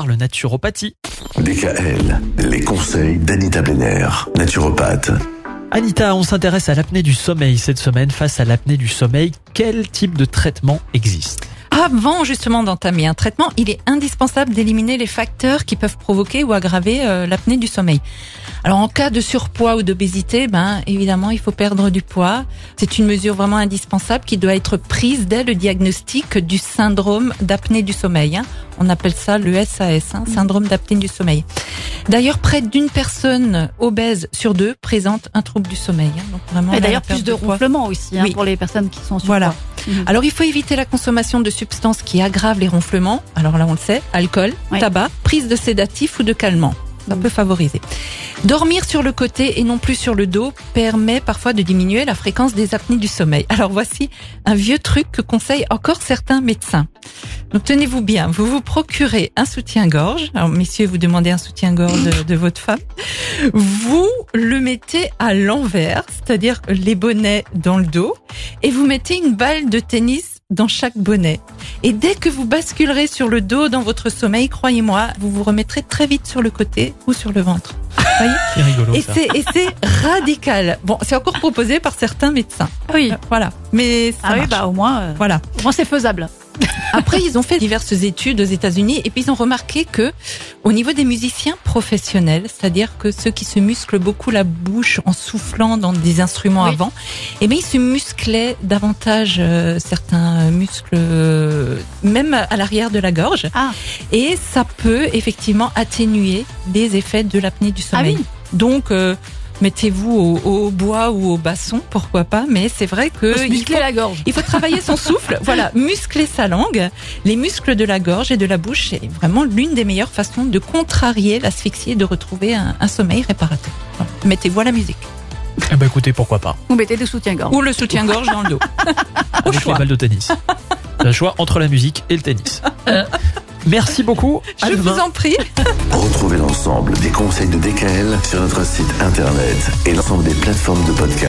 parle naturopathie. DKL, les conseils d'Anita Benner, naturopathe. Anita, on s'intéresse à l'apnée du sommeil cette semaine. Face à l'apnée du sommeil, quel type de traitement existe Avant justement d'entamer un traitement, il est indispensable d'éliminer les facteurs qui peuvent provoquer ou aggraver euh, l'apnée du sommeil. Alors en cas de surpoids ou d'obésité, ben évidemment il faut perdre du poids. C'est une mesure vraiment indispensable qui doit être prise dès le diagnostic du syndrome d'apnée du sommeil. hein. On appelle ça le SAS, hein, syndrome d'apnée du sommeil. D'ailleurs, près d'une personne obèse sur deux présente un trouble du sommeil. hein. Donc vraiment, Et là, d'ailleurs, la perte plus de poids. ronflements aussi hein, Oui. pour les personnes qui sont sur Voilà. Mhm. Alors il faut éviter la consommation de substances qui aggravent les ronflements. Alors là on le sait, alcool, Ouais. tabac, prise de sédatifs ou de calmants. Ça Mhm. peut favoriser. Dormir sur le côté et non plus sur le dos permet parfois de diminuer la fréquence des apnées du sommeil. Alors voici un vieux truc que conseillent encore certains médecins. Donc tenez-vous bien, vous vous procurez un soutien-gorge. Alors messieurs, vous demandez un soutien-gorge de- de votre femme. Vous le mettez à l'envers, c'est-à-dire les bonnets dans le dos et vous mettez une balle de tennis dans chaque bonnet. Et dès que vous basculerez sur le dos dans votre sommeil, croyez-moi, vous vous remettrez très vite sur le côté ou sur le ventre. C'est rigolo Et ça. c'est, et c'est radical. Bon, c'est encore proposé par certains médecins. Ah Oui. Euh, Voilà. Mais ça Ah oui, marche. bah au moins, euh, Voilà. au moins, c'est faisable. Après, ils ont fait diverses études aux États-Unis et puis ils ont remarqué que, au niveau des musiciens professionnels, c'est-à-dire que ceux qui se musclent beaucoup la bouche en soufflant dans des instruments Oui. avant, eh bien, ils se musclaient davantage euh, certains muscles, euh, même à l'arrière de la gorge. Ah. Et ça peut effectivement atténuer les effets de l'apnée du Ah sommeil. oui. Donc, euh, mettez-vous au, au bois ou au basson, pourquoi pas, mais c'est vrai que Euh, Faut se il muscler la gorge. il faut travailler son souffle, voilà, muscler sa langue, les muscles de la gorge et de la bouche. C'est vraiment l'une des meilleures façons de contrarier l'asphyxie et de retrouver un, un sommeil réparateur. Voilà. Mettez-vous à la musique. Eh ben, écoutez, pourquoi pas Vous mettez des soutiens-gorge. Ou le soutien-gorge dans le dos. Ah, Au Avec les choix. balles de tennis. Le choix entre la musique et le tennis. Merci beaucoup. À Euh. Je demain. vous en prie. Retrouvez l'ensemble des conseils de DKL sur notre site internet et l'ensemble des plateformes de podcast.